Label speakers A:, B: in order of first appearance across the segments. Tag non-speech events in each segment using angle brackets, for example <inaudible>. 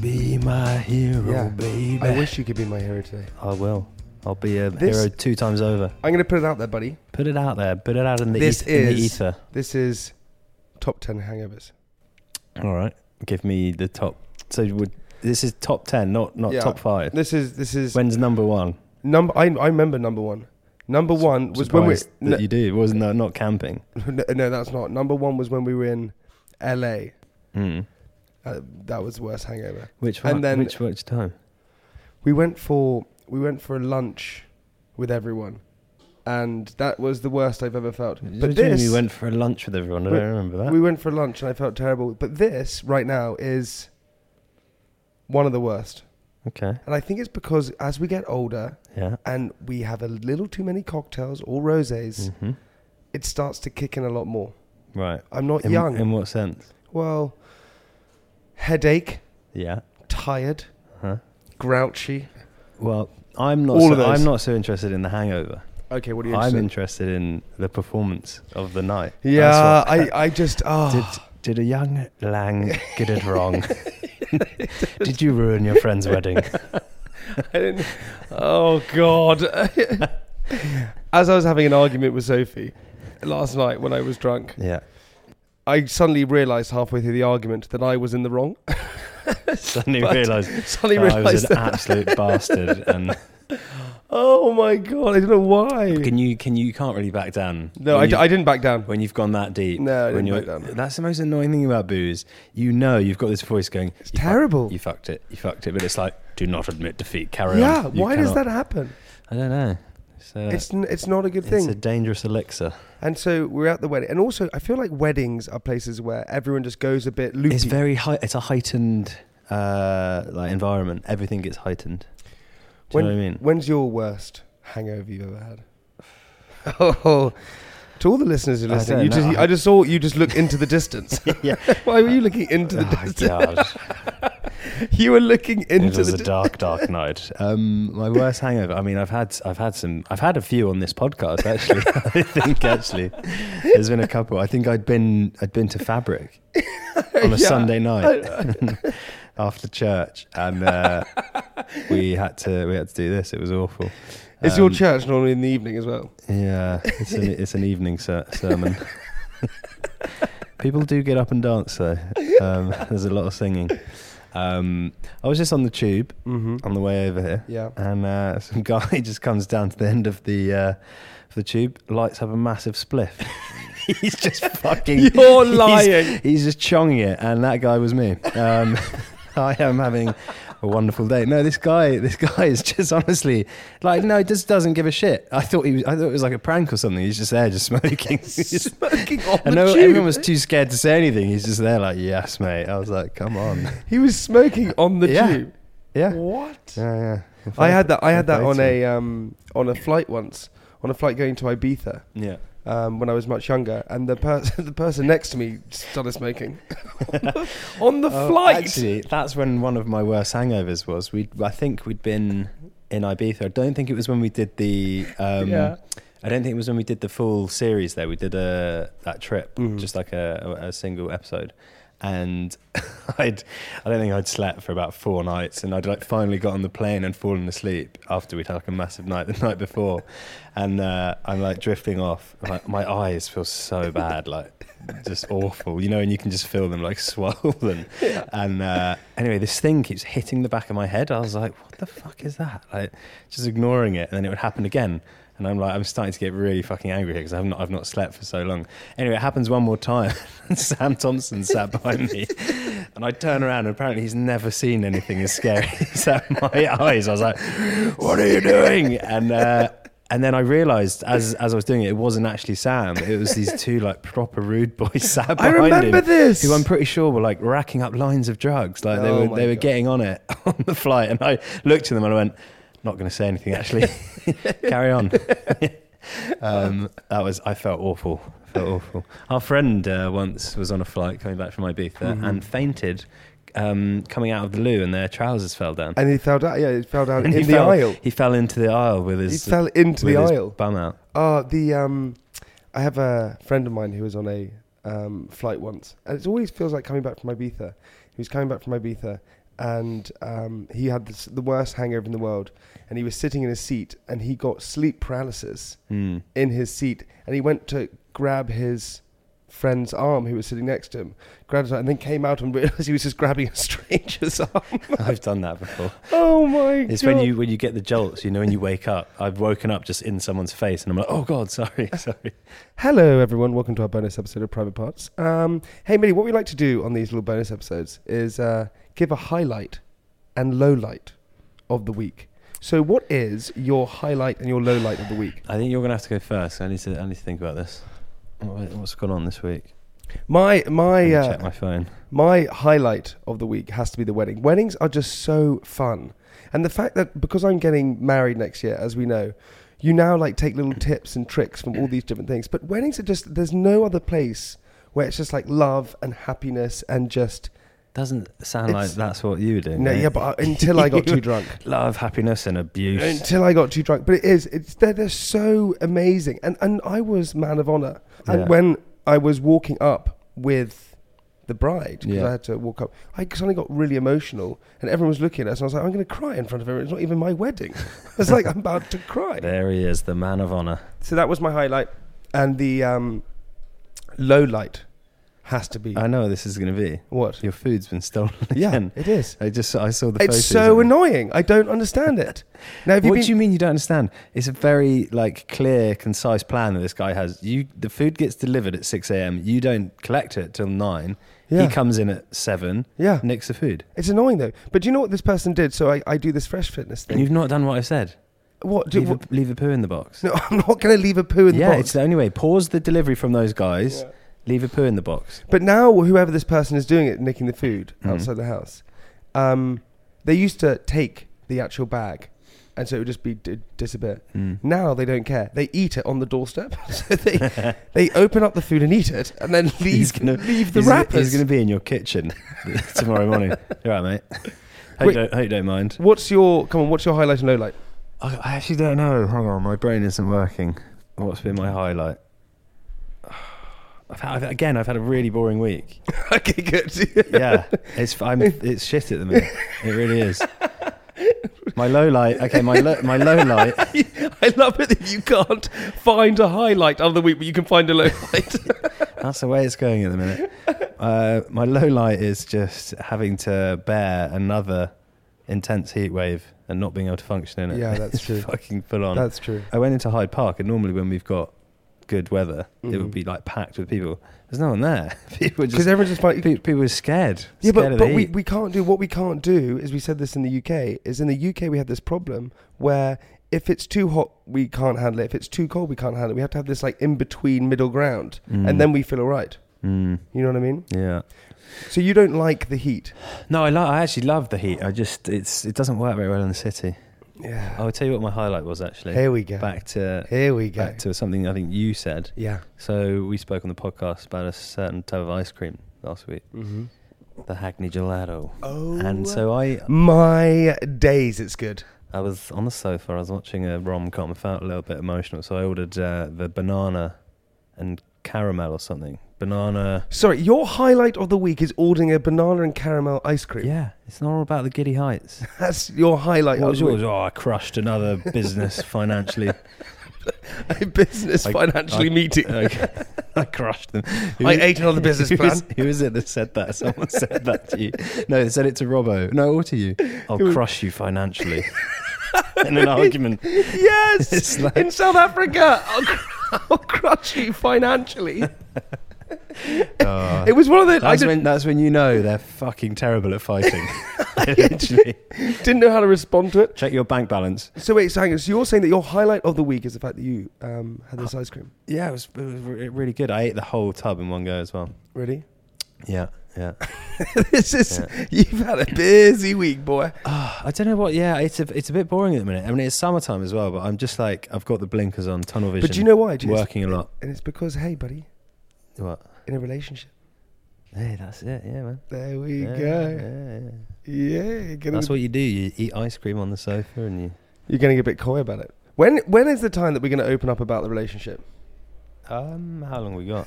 A: Be my hero,
B: Yeah.
A: baby.
B: I wish you could be my hero today.
A: I will. I'll be a
B: This-
A: hero two times over.
B: I'm going to put it out there, buddy.
A: Put it out there. Put it out in the,
B: This
A: eth- in the
B: is-
A: ether.
B: This is top 10 hangovers.
A: All right. Give me the top. So would this is top ten, not not
B: Yeah.
A: Oh, top five.
B: This is this is
A: When's number one?
B: number I, I remember number 1. Number 1 was when we
A: Surprised
B: no,
A: that you do. It wasn't no, not camping.
B: <laughs> no, no, that's not. Number 1 was when we were in LA.
A: Mm.
B: Uh, that was the worst hangover.
A: Which
B: And
A: one?
B: then-
A: which which time?
B: we went for we went for a lunch with everyone, and that was the worst I've ever felt.
A: What
B: But
A: do you mean
B: this
A: we went for a lunch with everyone. I
B: we-
A: don't remember that.
B: we went for lunch, and I felt terrible. But this right now is one of the worst,
A: okay.
B: and I think it's because as we get older
A: Yeah.
B: and we have a little too many cocktails or rosés,
A: Mm-hmm.
B: it starts to kick in a lot more.
A: Right.
B: I'm not
A: In,
B: young.
A: in what sense?
B: well, headache,
A: Yeah.
B: tired,
A: Huh?
B: grouchy.
A: Well, I'm not.
B: All
A: so,
B: of those.
A: I'm not so interested in the hangover.
B: Okay, what are you?
A: I'm
B: interested in?
A: interested in the performance of the night. That's
B: Yeah,
A: what-
B: I, I just oh.
A: Did did a young Lang get it
B: <laughs>
A: wrong? did you ruin your friend's wedding?
B: I didn't. Oh God! <laughs> As I was having an argument with Sophie last night when I was drunk,
A: Yeah.
B: I suddenly realised halfway through the argument that I was in the wrong. <laughs>
A: Suddenly
B: But- <laughs>
A: realised
B: Suddenly
A: that I was
B: realised
A: an
B: that.
A: absolute
B: <laughs>
A: bastard. And
B: Oh my God! I don't know why.
A: can you can you can't really back down?
B: no,
A: <laughs> when
B: I,
A: you-
B: d- I didn't back down.
A: when you've gone that deep.
B: No, I
A: when
B: didn't
A: you're-
B: back down.
A: That's the most annoying thing about booze. You know, you've got this voice going. It's
B: terrible."
A: you fucked it. You fucked it. But it's like, do not admit defeat. Carry on.
B: yeah.
A: You
B: Why does
A: cannot-
B: that happen?
A: I don't know. It's, uh,
B: It's n- it's not a good
A: it's
B: thing.
A: a dangerous elixir.
B: and so we're at the wedding, and also I feel like weddings are places where everyone just goes a bit loopy.
A: It's very high. It's a heightened uh, like environment. Everything gets heightened. Do you
B: <laughs> when,
A: know what I mean?
B: When's your worst hangover you've ever had?
A: <laughs>
B: Oh, to all the listeners who
A: I
B: listen,
A: don't
B: you just,
A: know.
B: I just saw you just look into the distance.
A: <laughs> yeah.
B: <laughs> Why were you
A: <laughs>
B: looking into the <laughs>
A: Oh,
B: distance?
A: God.
B: You were looking
A: it
B: into
A: was
B: the
A: a
B: distance.
A: dark, dark night. Um, my worst hangover. I mean, I've had, I've had some, I've had a few on this podcast actually. <laughs> I think actually, there's been a couple. I think I'd been, I'd been to Fabric
B: <laughs>
A: on a Sunday night <laughs> after church, and uh, we had to, we had to do this. It was awful.
B: Is your
A: Um,
B: church normally in the evening as well? <laughs>
A: Yeah, it's an, it's an evening ser- sermon. People do get up and dance though. Um, there's a lot of singing. Um, I was just on the tube
B: Mm-hmm.
A: on the way over here,
B: Yeah.
A: and uh, some guy <laughs> just comes down to the end of the uh, of the tube, lights up a massive
B: <laughs>
A: spliff. he's just fucking. <laughs>
B: You're
A: he's-
B: lying.
A: He's, just chonging it, and that guy was me. <laughs> Um, I am having a wonderful day. No, this guy, this guy is just honestly like, no, just doesn't give a shit. I thought he was, I thought it was like a prank or something. He's just there, just <laughs> smoking.
B: Smoking on
A: I
B: the
A: know
B: tube.
A: everyone was too scared to say anything. He's just there, like, yes, mate. I was like, come <laughs> on.
B: He was smoking on the
A: Yeah. <laughs>
B: tube.
A: Yeah.
B: What?
A: Yeah, yeah.
B: I had that. I had that on
A: Fascinating.
B: a um, on a flight once. On a flight going to Ibiza
A: Yeah.
B: um, when I was much younger, and the person <laughs> the person next to me started
A: <laughs>
B: smoking <laughs> on the
A: Oh,
B: flight.
A: Actually, that's when one of my worst hangovers was. We, I think we'd been in Ibiza. I don't think it was when we did the. Um,
B: Yeah.
A: I don't think it was when we did the full series there. We did a that trip,
B: Mhm.
A: just like a, a single episode, and <laughs> I'd I don't think I'd slept for about four nights, and I'd like finally got on the plane and fallen asleep after we'd had like a massive night the <laughs> night before, and uh, I'm like drifting off. Like, my eyes feel so bad, like just awful, you know, and you can just feel them like <laughs> swollen. And uh, anyway, this thing keeps hitting the back of my head. I was like, what the fuck is that? Like, just ignoring it, and then it would happen again. And I'm like, I'm starting to get really fucking angry here because I've not, I've not slept for so long. Anyway, it happens one more time. <laughs> and Sam Thompson sat behind me, and I turn around, and apparently he's never seen <laughs> anything as scary as that my eyes. I was like, "What are you doing?" And uh, and then I realised as as I was doing it, it wasn't actually Sam. It was these two like proper rude boys <laughs> sat behind
B: remember
A: him,
B: this.
A: who I'm pretty sure were like racking up lines of drugs. Like they
B: Oh
A: were
B: my
A: they were
B: God.
A: getting on it <laughs> on the flight, and I looked at them and I went, "Not going to say anything. Actually, <laughs> carry on." <laughs> um, that was I felt awful. I Felt awful. Our friend uh, once was on a flight coming back from Ibiza and fainted um, coming out of the loo, and their trousers fell down.
B: And he fell down. Yeah, he fell
A: <laughs>
B: down
A: And
B: in
A: he
B: the
A: fell-
B: aisle.
A: He fell into the aisle with
B: He
A: his.
B: fell into the
A: with his
B: aisle.
A: Bum out.
B: Oh, the um, I have a friend of mine who was on a um, flight once, and it always feels like coming back from Ibiza. He was coming back from Ibiza, and um, he had this, the worst hangover in the world, and he was sitting in his seat, and he got sleep paralysis
A: Hmm.
B: in his seat, and he went to grab his friend's arm who was sitting next to him grabbed his arm, and then came out and <laughs> realized he was just grabbing a stranger's <laughs>
A: <laughs>
B: arm
A: I've done that <laughs> before.
B: oh my
A: It's
B: god
A: when you when you get the jolts, you know, when you wake up. I've woken up just in someone's face, and I'm like, oh god, sorry, <laughs> sorry.
B: Hello, everyone. Welcome to our bonus episode of Private Parts. Um, hey, Millie, what we like to do on these little bonus episodes is uh, give a highlight and low light of the week. So, what is your highlight and your low light of the week?
A: I think you're gonna have to go first. I need to I need to think about this. What- What's gone on this week?
B: My my
A: Let me
B: uh,
A: Check my phone.
B: my highlight of the week has to be the wedding. Weddings are just so fun, and the fact that because I'm getting married next year, as we know, you now like take
A: <clears throat>
B: little tips and tricks from all these different things. But weddings are just there's no other place where it's just like love and happiness and just
A: Doesn't sound like
B: It's-
A: that's what you were doing.
B: No,
A: right?
B: yeah, but I, until I
A: <laughs>
B: got too drunk.
A: Love, happiness, and abuse.
B: Until I got too drunk, but it is. It's they're, they're so amazing, and and I was man of honor. And
A: Yeah.
B: when I was walking up with the bride, because
A: Yeah.
B: I had to walk up, I suddenly got really emotional, and everyone was looking at us, and I was like, I'm going to cry in front of everyone. It's not even my wedding. <laughs> I was like, I'm about to cry.
A: There he is, the man of honor.
B: So that was my highlight, and the um, low light has to be
A: I know this is gonna be.
B: what?
A: Your food's been stolen
B: Yeah,
A: again.
B: it is.
A: I just I saw the.
B: It's
A: photos
B: so
A: of it.
B: annoying. I don't understand it. Now, have you
A: what
B: been?
A: do you mean you don't understand? It's a very like clear, concise plan that this guy has. You the food gets delivered at six a.m. You don't collect it till nine.
B: Yeah.
A: He comes in at seven.
B: Yeah.
A: nicks the food.
B: It's annoying though. But do you know what this person did? So I, I do this fresh fitness thing.
A: You've not done what I said.
B: what? Do,
A: Leave,
B: what
A: a, leave a poo in the box.
B: no, <laughs> I'm not going to leave a poo in
A: yeah,
B: the
A: it's
B: box.
A: the only way. Pause the delivery from those guys. Leave a poo in the box.
B: but now, whoever this person is doing it, nicking the food
A: Mm-hmm.
B: outside the house, um, they used to take the actual bag. And so it would just be d- disappear.
A: Mm.
B: Now they don't care. They eat it on the doorstep. <laughs> so they they open up the food and eat it, and then leave, leave the
A: <laughs> he's gonna-
B: wrappers.
A: He's going to be in your kitchen <laughs> tomorrow
B: <laughs>
A: morning. You're right, mate. Hope
B: Wait.
A: you, don't, hope you don't mind.
B: what's your come on? What's your highlight and low light?
A: I, I actually don't know. Hang on, my brain isn't working. What's been my highlight? <sighs> I've had, I've- again, I've had a really boring week.
B: <laughs> okay, good. <laughs>
A: Yeah, it's I'm it's shit at the minute. It really is. My low light. Okay, my lo, my low light.
B: <laughs> I love it that you can't find a highlight of the week, but you can find a low <laughs> light.
A: That's the way it's going at the minute. Uh, my low light is just having to bear another intense heat wave and not being able to function in it.
B: Yeah,
A: <laughs>
B: that's
A: It's
B: true.
A: Fucking full on.
B: That's true.
A: I went into Hyde Park, and normally when we've got good weather, it would be like packed with people. There's no one there. <laughs> People were
B: Mm. Because
A: just
B: everyone's just
A: <laughs>
B: like,
A: pe- people were scared.
B: yeah,
A: scared
B: but,
A: of
B: but
A: the
B: we,
A: heat.
B: we can't do what we can't do. Is we said this in the UK, is in the UK we had this problem where if it's too hot we can't handle it, if it's too cold we can't handle it. We have to have this like in between middle ground, and then we feel all right.
A: Mm,
B: You know what I mean?
A: yeah.
B: So you don't like the heat?
A: No, I, lo- I actually love the heat. I just it's it doesn't work very well in the city.
B: Yeah.
A: I'll tell you what my highlight was actually.
B: Here we go.
A: Oh, Back to
B: Here we go.
A: back to something I think you said.
B: yeah.
A: So we spoke on the podcast about a certain type of ice cream last week,
B: Mm-hmm.
A: the Hackney Gelato.
B: Oh.
A: And so I
B: My days, it's good.
A: I was on the sofa. I was watching a rom com. I felt a little bit emotional, so I ordered uh, the banana and caramel or something. Banana.
B: Sorry, your highlight of the week is ordering a banana and caramel ice cream.
A: Yeah, it's not all about the giddy <laughs> heights.
B: That's your highlight
A: What
B: of
A: was
B: the week.
A: yours? Oh, I crushed another <laughs> business financially.
B: <laughs> a business
A: I-
B: financially
A: I- <laughs>
B: meeting.
A: Okay. I crushed <laughs> them. Who
B: I
A: is-
B: ate another business
A: who is-
B: plan.
A: Who is it that said that? Someone said that to you. No, they said it to Robbo. No, or to you. I'll crush you financially. <laughs> In an argument.
B: Yes,
A: It's like-
B: in South Africa, I'll, cr- <laughs> I'll crush
A: <laughs>
B: you financially. <laughs> it was one of the. I
A: That's <laughs>
B: did-
A: when, that's when you know they're fucking terrible at fighting. Literally.
B: Didn't know how to respond to it.
A: Check your bank balance.
B: So wait, so hang on. So you're saying that your highlight of the week is the fact that you um, had this ice cream.
A: Yeah, it was, it was re- really good. I ate the whole tub in one go as well.
B: Really?
A: Yeah, yeah.
B: <laughs> this is you've had a busy week, boy.
A: <sighs> Ah, I don't know what. Yeah, it's a it's a bit boring at the minute. I mean, it's summertime as well, but I'm just like I've got the blinkers on, tunnel vision.
B: But do you know why? Do you-
A: working a lot.
B: And it's because, hey, buddy,
A: What?
B: in a relationship.
A: Hey, that's it. Yeah, man.
B: There we
A: Yeah,
B: go.
A: yeah, yeah.
B: Yeah, you're gonna
A: That's what you do. You eat ice cream on the sofa, and you.
B: you're gonna get a bit coy about it. When when is the time that we're gonna open up about the relationship?
A: Um, how long we got?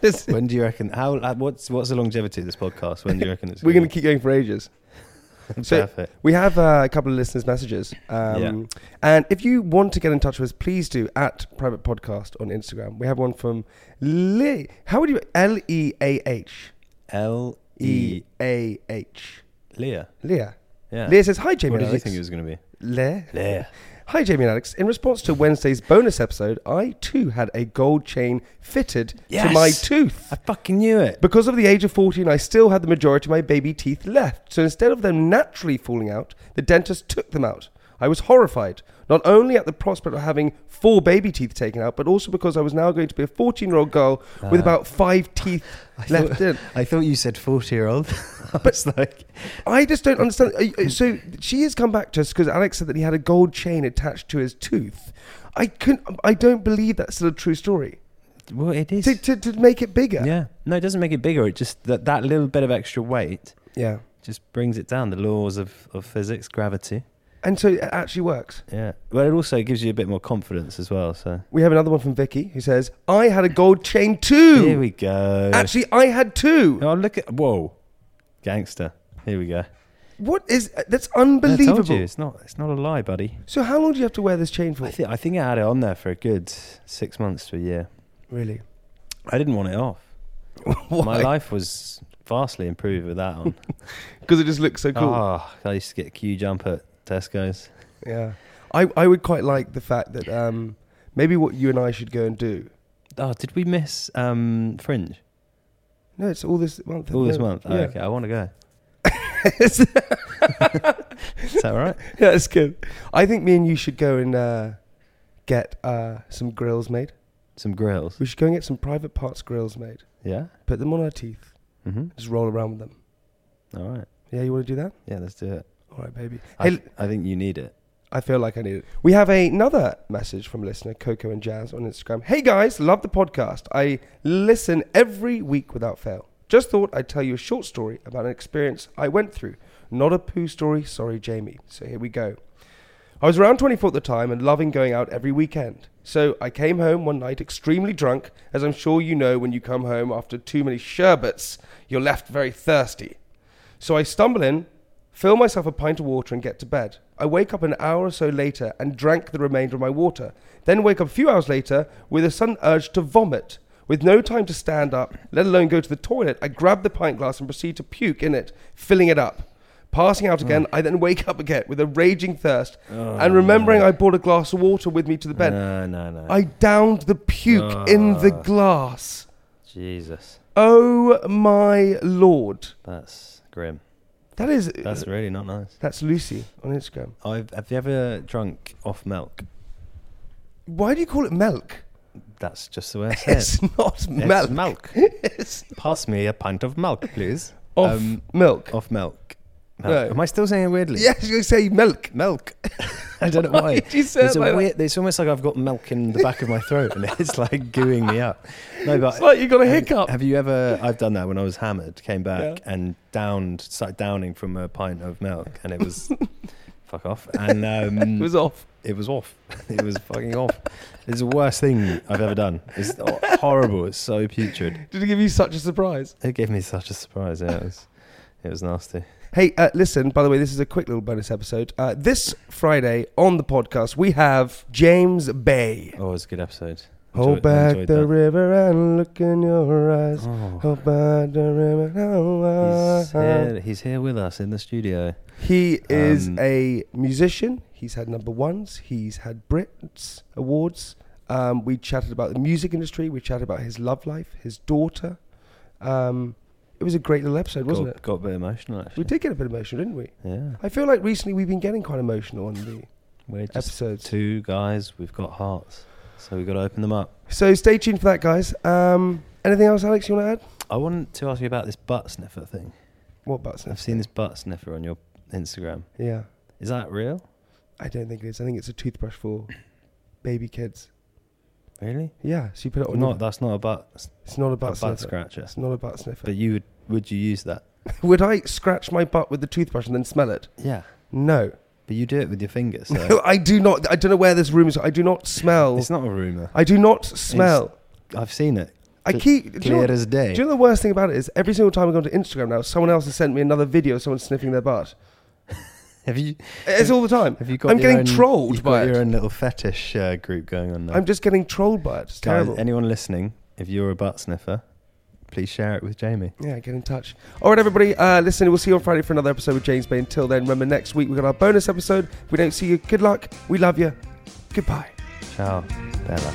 A: <laughs> when do you reckon? How? uh, What's what's the longevity of this podcast? When do you reckon it's?
B: <laughs> We're gonna keep going for ages. so-
A: perfect.
B: We have uh, a couple of listeners' messages. Um, And if you want to get in touch with us, please do at Private Podcast on Instagram. We have one from Le- How would you. L E A H.
A: L
B: E
A: E
B: A H.
A: Leah.
B: Leah.
A: Yeah.
B: Leah says, Hi, Jamie
A: What did
B: and
A: you
B: Alex.
A: think it was going to be?
B: Le-
A: Leah.
B: Hi, Jamie and Alex. In response to Wednesday's bonus episode, I too had a gold chain fitted to
A: Yes.
B: my tooth.
A: I fucking knew it.
B: Because of the age of 14, I still had the majority of my baby teeth left. So instead of them naturally falling out, the dentist took them out. I was horrified, not only at the prospect of having four baby teeth taken out, but also because I was now going to be a 14 year old girl with about five teeth left in.
A: Ah. <sighs> I thought you said forty-year-old. <laughs> But like,
B: I just don't understand. Uh, uh, So she has come back to us because Alex said that he had a gold chain attached to his tooth. I couldn't, I don't believe that's still a true story.
A: well, it is.
B: To, to, to make it bigger.
A: Yeah. No, it doesn't make it bigger. It just that that little bit of extra weight
B: Yeah.
A: just brings it down. The laws of, of physics, gravity.
B: And so it actually works.
A: Yeah. Well, it also gives you a bit more confidence as well. So
B: We have another one from Vicky who says, I had a gold chain too.
A: here we go.
B: Actually, I had two.
A: oh, look at whoa, gangster. Here we go.
B: What is uh, that's
A: I
B: unbelievable.
A: told you, it's not it's not a lie, buddy.
B: So how long do you have to wear this chain for?
A: I think I think I had it on there for a good six months to a year.
B: really?
A: I didn't want it off. <laughs>
B: <laughs>
A: My life was vastly improved with that on.
B: Because it just looks so <laughs> cool.
A: Ah, I used to get a queue jump at Tesco's.
B: Yeah. I, I would quite like the fact that um, maybe what you and I should go and do.
A: Oh, did we miss um, Fringe
B: No, it's all this month.
A: all this
B: no,
A: month? Oh,
B: yeah.
A: okay, I want to go.
B: <laughs> It's-
A: Is that all
B: <laughs>
A: right?
B: yeah, it's good. I think me and you should go and uh, get uh, some grills made.
A: Some grills.
B: We should go and get some private parts grills made.
A: Yeah.
B: Put them on our teeth.
A: Mm-hmm.
B: Just roll around with them.
A: All right.
B: Yeah, you want to do that?
A: Yeah, let's do it.
B: All right, baby.
A: I,
B: Hey,
A: I think you need it.
B: I feel like I need it. We have another message from listener Coco and Jazz on Instagram. Hey guys, love the podcast. I listen every week without fail. Just thought I'd tell you a short story about an experience I went through. Not a poo story, sorry, Jamie. So here we go. I was around 24 at the time and loving going out every weekend. So I came home one night extremely drunk, as I'm sure you know when you come home after too many sherbets, you're left very thirsty. So I stumble in, fill myself a pint of water, and get to bed. I wake up an hour or so later and drank the remainder of my water. Then wake up a few hours later with a sudden urge to vomit. With no time to stand up, let alone go to the toilet, I grab the pint glass and proceed to puke in it, filling it up. Passing out again, I then wake up again with a raging thirst and remembering I brought a glass of water with me to the bed.
A: No, no, no.
B: I downed the puke in the glass.
A: Jesus,
B: Oh my lord.
A: that's grim.
B: That is
A: That's really not nice.
B: that's Lucy on Instagram.
A: I've, have you ever drunk off milk?
B: Why do you call it milk?
A: That's just the way I
B: <laughs>
A: say it.
B: It's not
A: It's
B: milk.
A: milk.
B: <laughs> it's
A: Pass me a pint of milk, please.
B: off
A: Um,
B: milk.
A: Off milk.
B: No.
A: Milk. Am I still saying it weirdly?
B: Yes, you say milk.
A: Milk. <laughs> I don't know why.
B: did you say
A: it's,
B: it
A: a
B: like that?
A: weird, it's almost like I've got milk in the back of my throat and <laughs> it's like gooing me up. No, but
B: It's like you got a
A: Have-
B: hiccup.
A: Have you ever? I've done that when I was hammered. Came back and downed, started downing from a pint of milk, and it was <laughs> fuck off. And
B: <laughs>
A: um,
B: It was off.
A: it was off. <laughs> It was fucking off. It's the worst thing I've ever done. It's horrible. It's so putrid.
B: Did it give you such a surprise?
A: It gave me such a surprise. Yeah, it was, it was nasty.
B: Hey, uh, listen, by the way, this is a quick little bonus episode. Uh, this Friday on the podcast, we have James Bay.
A: Oh, it was a good episode.
B: Hold
A: Enjoyed-
B: back
A: enjoyed
B: the
A: that.
B: river and look in your eyes.
A: Oh.
B: Hold back the river. and-
A: He's here, he's here with us in the studio.
B: He is
A: Um,
B: a musician. He's had number ones. He's had Brits awards. Um, we chatted about the music industry. We chatted about his love life, his daughter. Um, It was a great little episode, wasn't
A: got,
B: it?
A: got a bit emotional actually.
B: We did get a bit emotional, didn't we?
A: Yeah,
B: I feel like recently we've been getting quite emotional on the
A: we're just
B: episodes.
A: two guys. We've got hearts, so we've got to open them up.
B: So stay tuned for that, guys. Um, anything else, Alex, you want to add?
A: I wanted to ask you about this butt sniffer thing.
B: What buts?
A: I've seen this butt sniffer on your Instagram.
B: Yeah,
A: Is that real?
B: I don't think it is. I think it's a toothbrush for baby kids.
A: Really?
B: Yeah, so you put it on.
A: not
B: your,
A: that's not a butt,
B: it's not a
A: a
B: butt
A: butt
B: sniffer.
A: scratcher.
B: It's not a butt sniffer.
A: But you would would you use that?
B: Would I scratch my butt with the toothbrush and then smell it?
A: Yeah.
B: No.
A: But you do it with your fingers.
B: <laughs>
A: So
B: I do not. I don't know where this room is. I do not smell.
A: it's not a rumor.
B: I do not smell.
A: I've seen it.
B: I
A: cl-
B: keep. do you know
A: Clear
B: what-
A: as day.
B: Do you know the worst thing about it is every single time I go onto Instagram now, someone else has sent me another video of someone sniffing their butt.
A: have you
B: It's all the time.
A: have you got?
B: I'm
A: your
B: getting
A: own-
B: trolled
A: you've
B: by
A: got
B: it.
A: your own little fetish uh, group going on now.
B: I'm just getting trolled by it. It's
A: Guys,
B: terrible.
A: anyone listening, if you're a butt sniffer, please share it with Jamie.
B: yeah, get in touch. All right, everybody. Uh, listen, we'll see you on Friday for another episode with James Bay. Until then, remember next week we got our bonus episode. If we don't see you, good luck. We love you. Goodbye.
A: Ciao, Bella.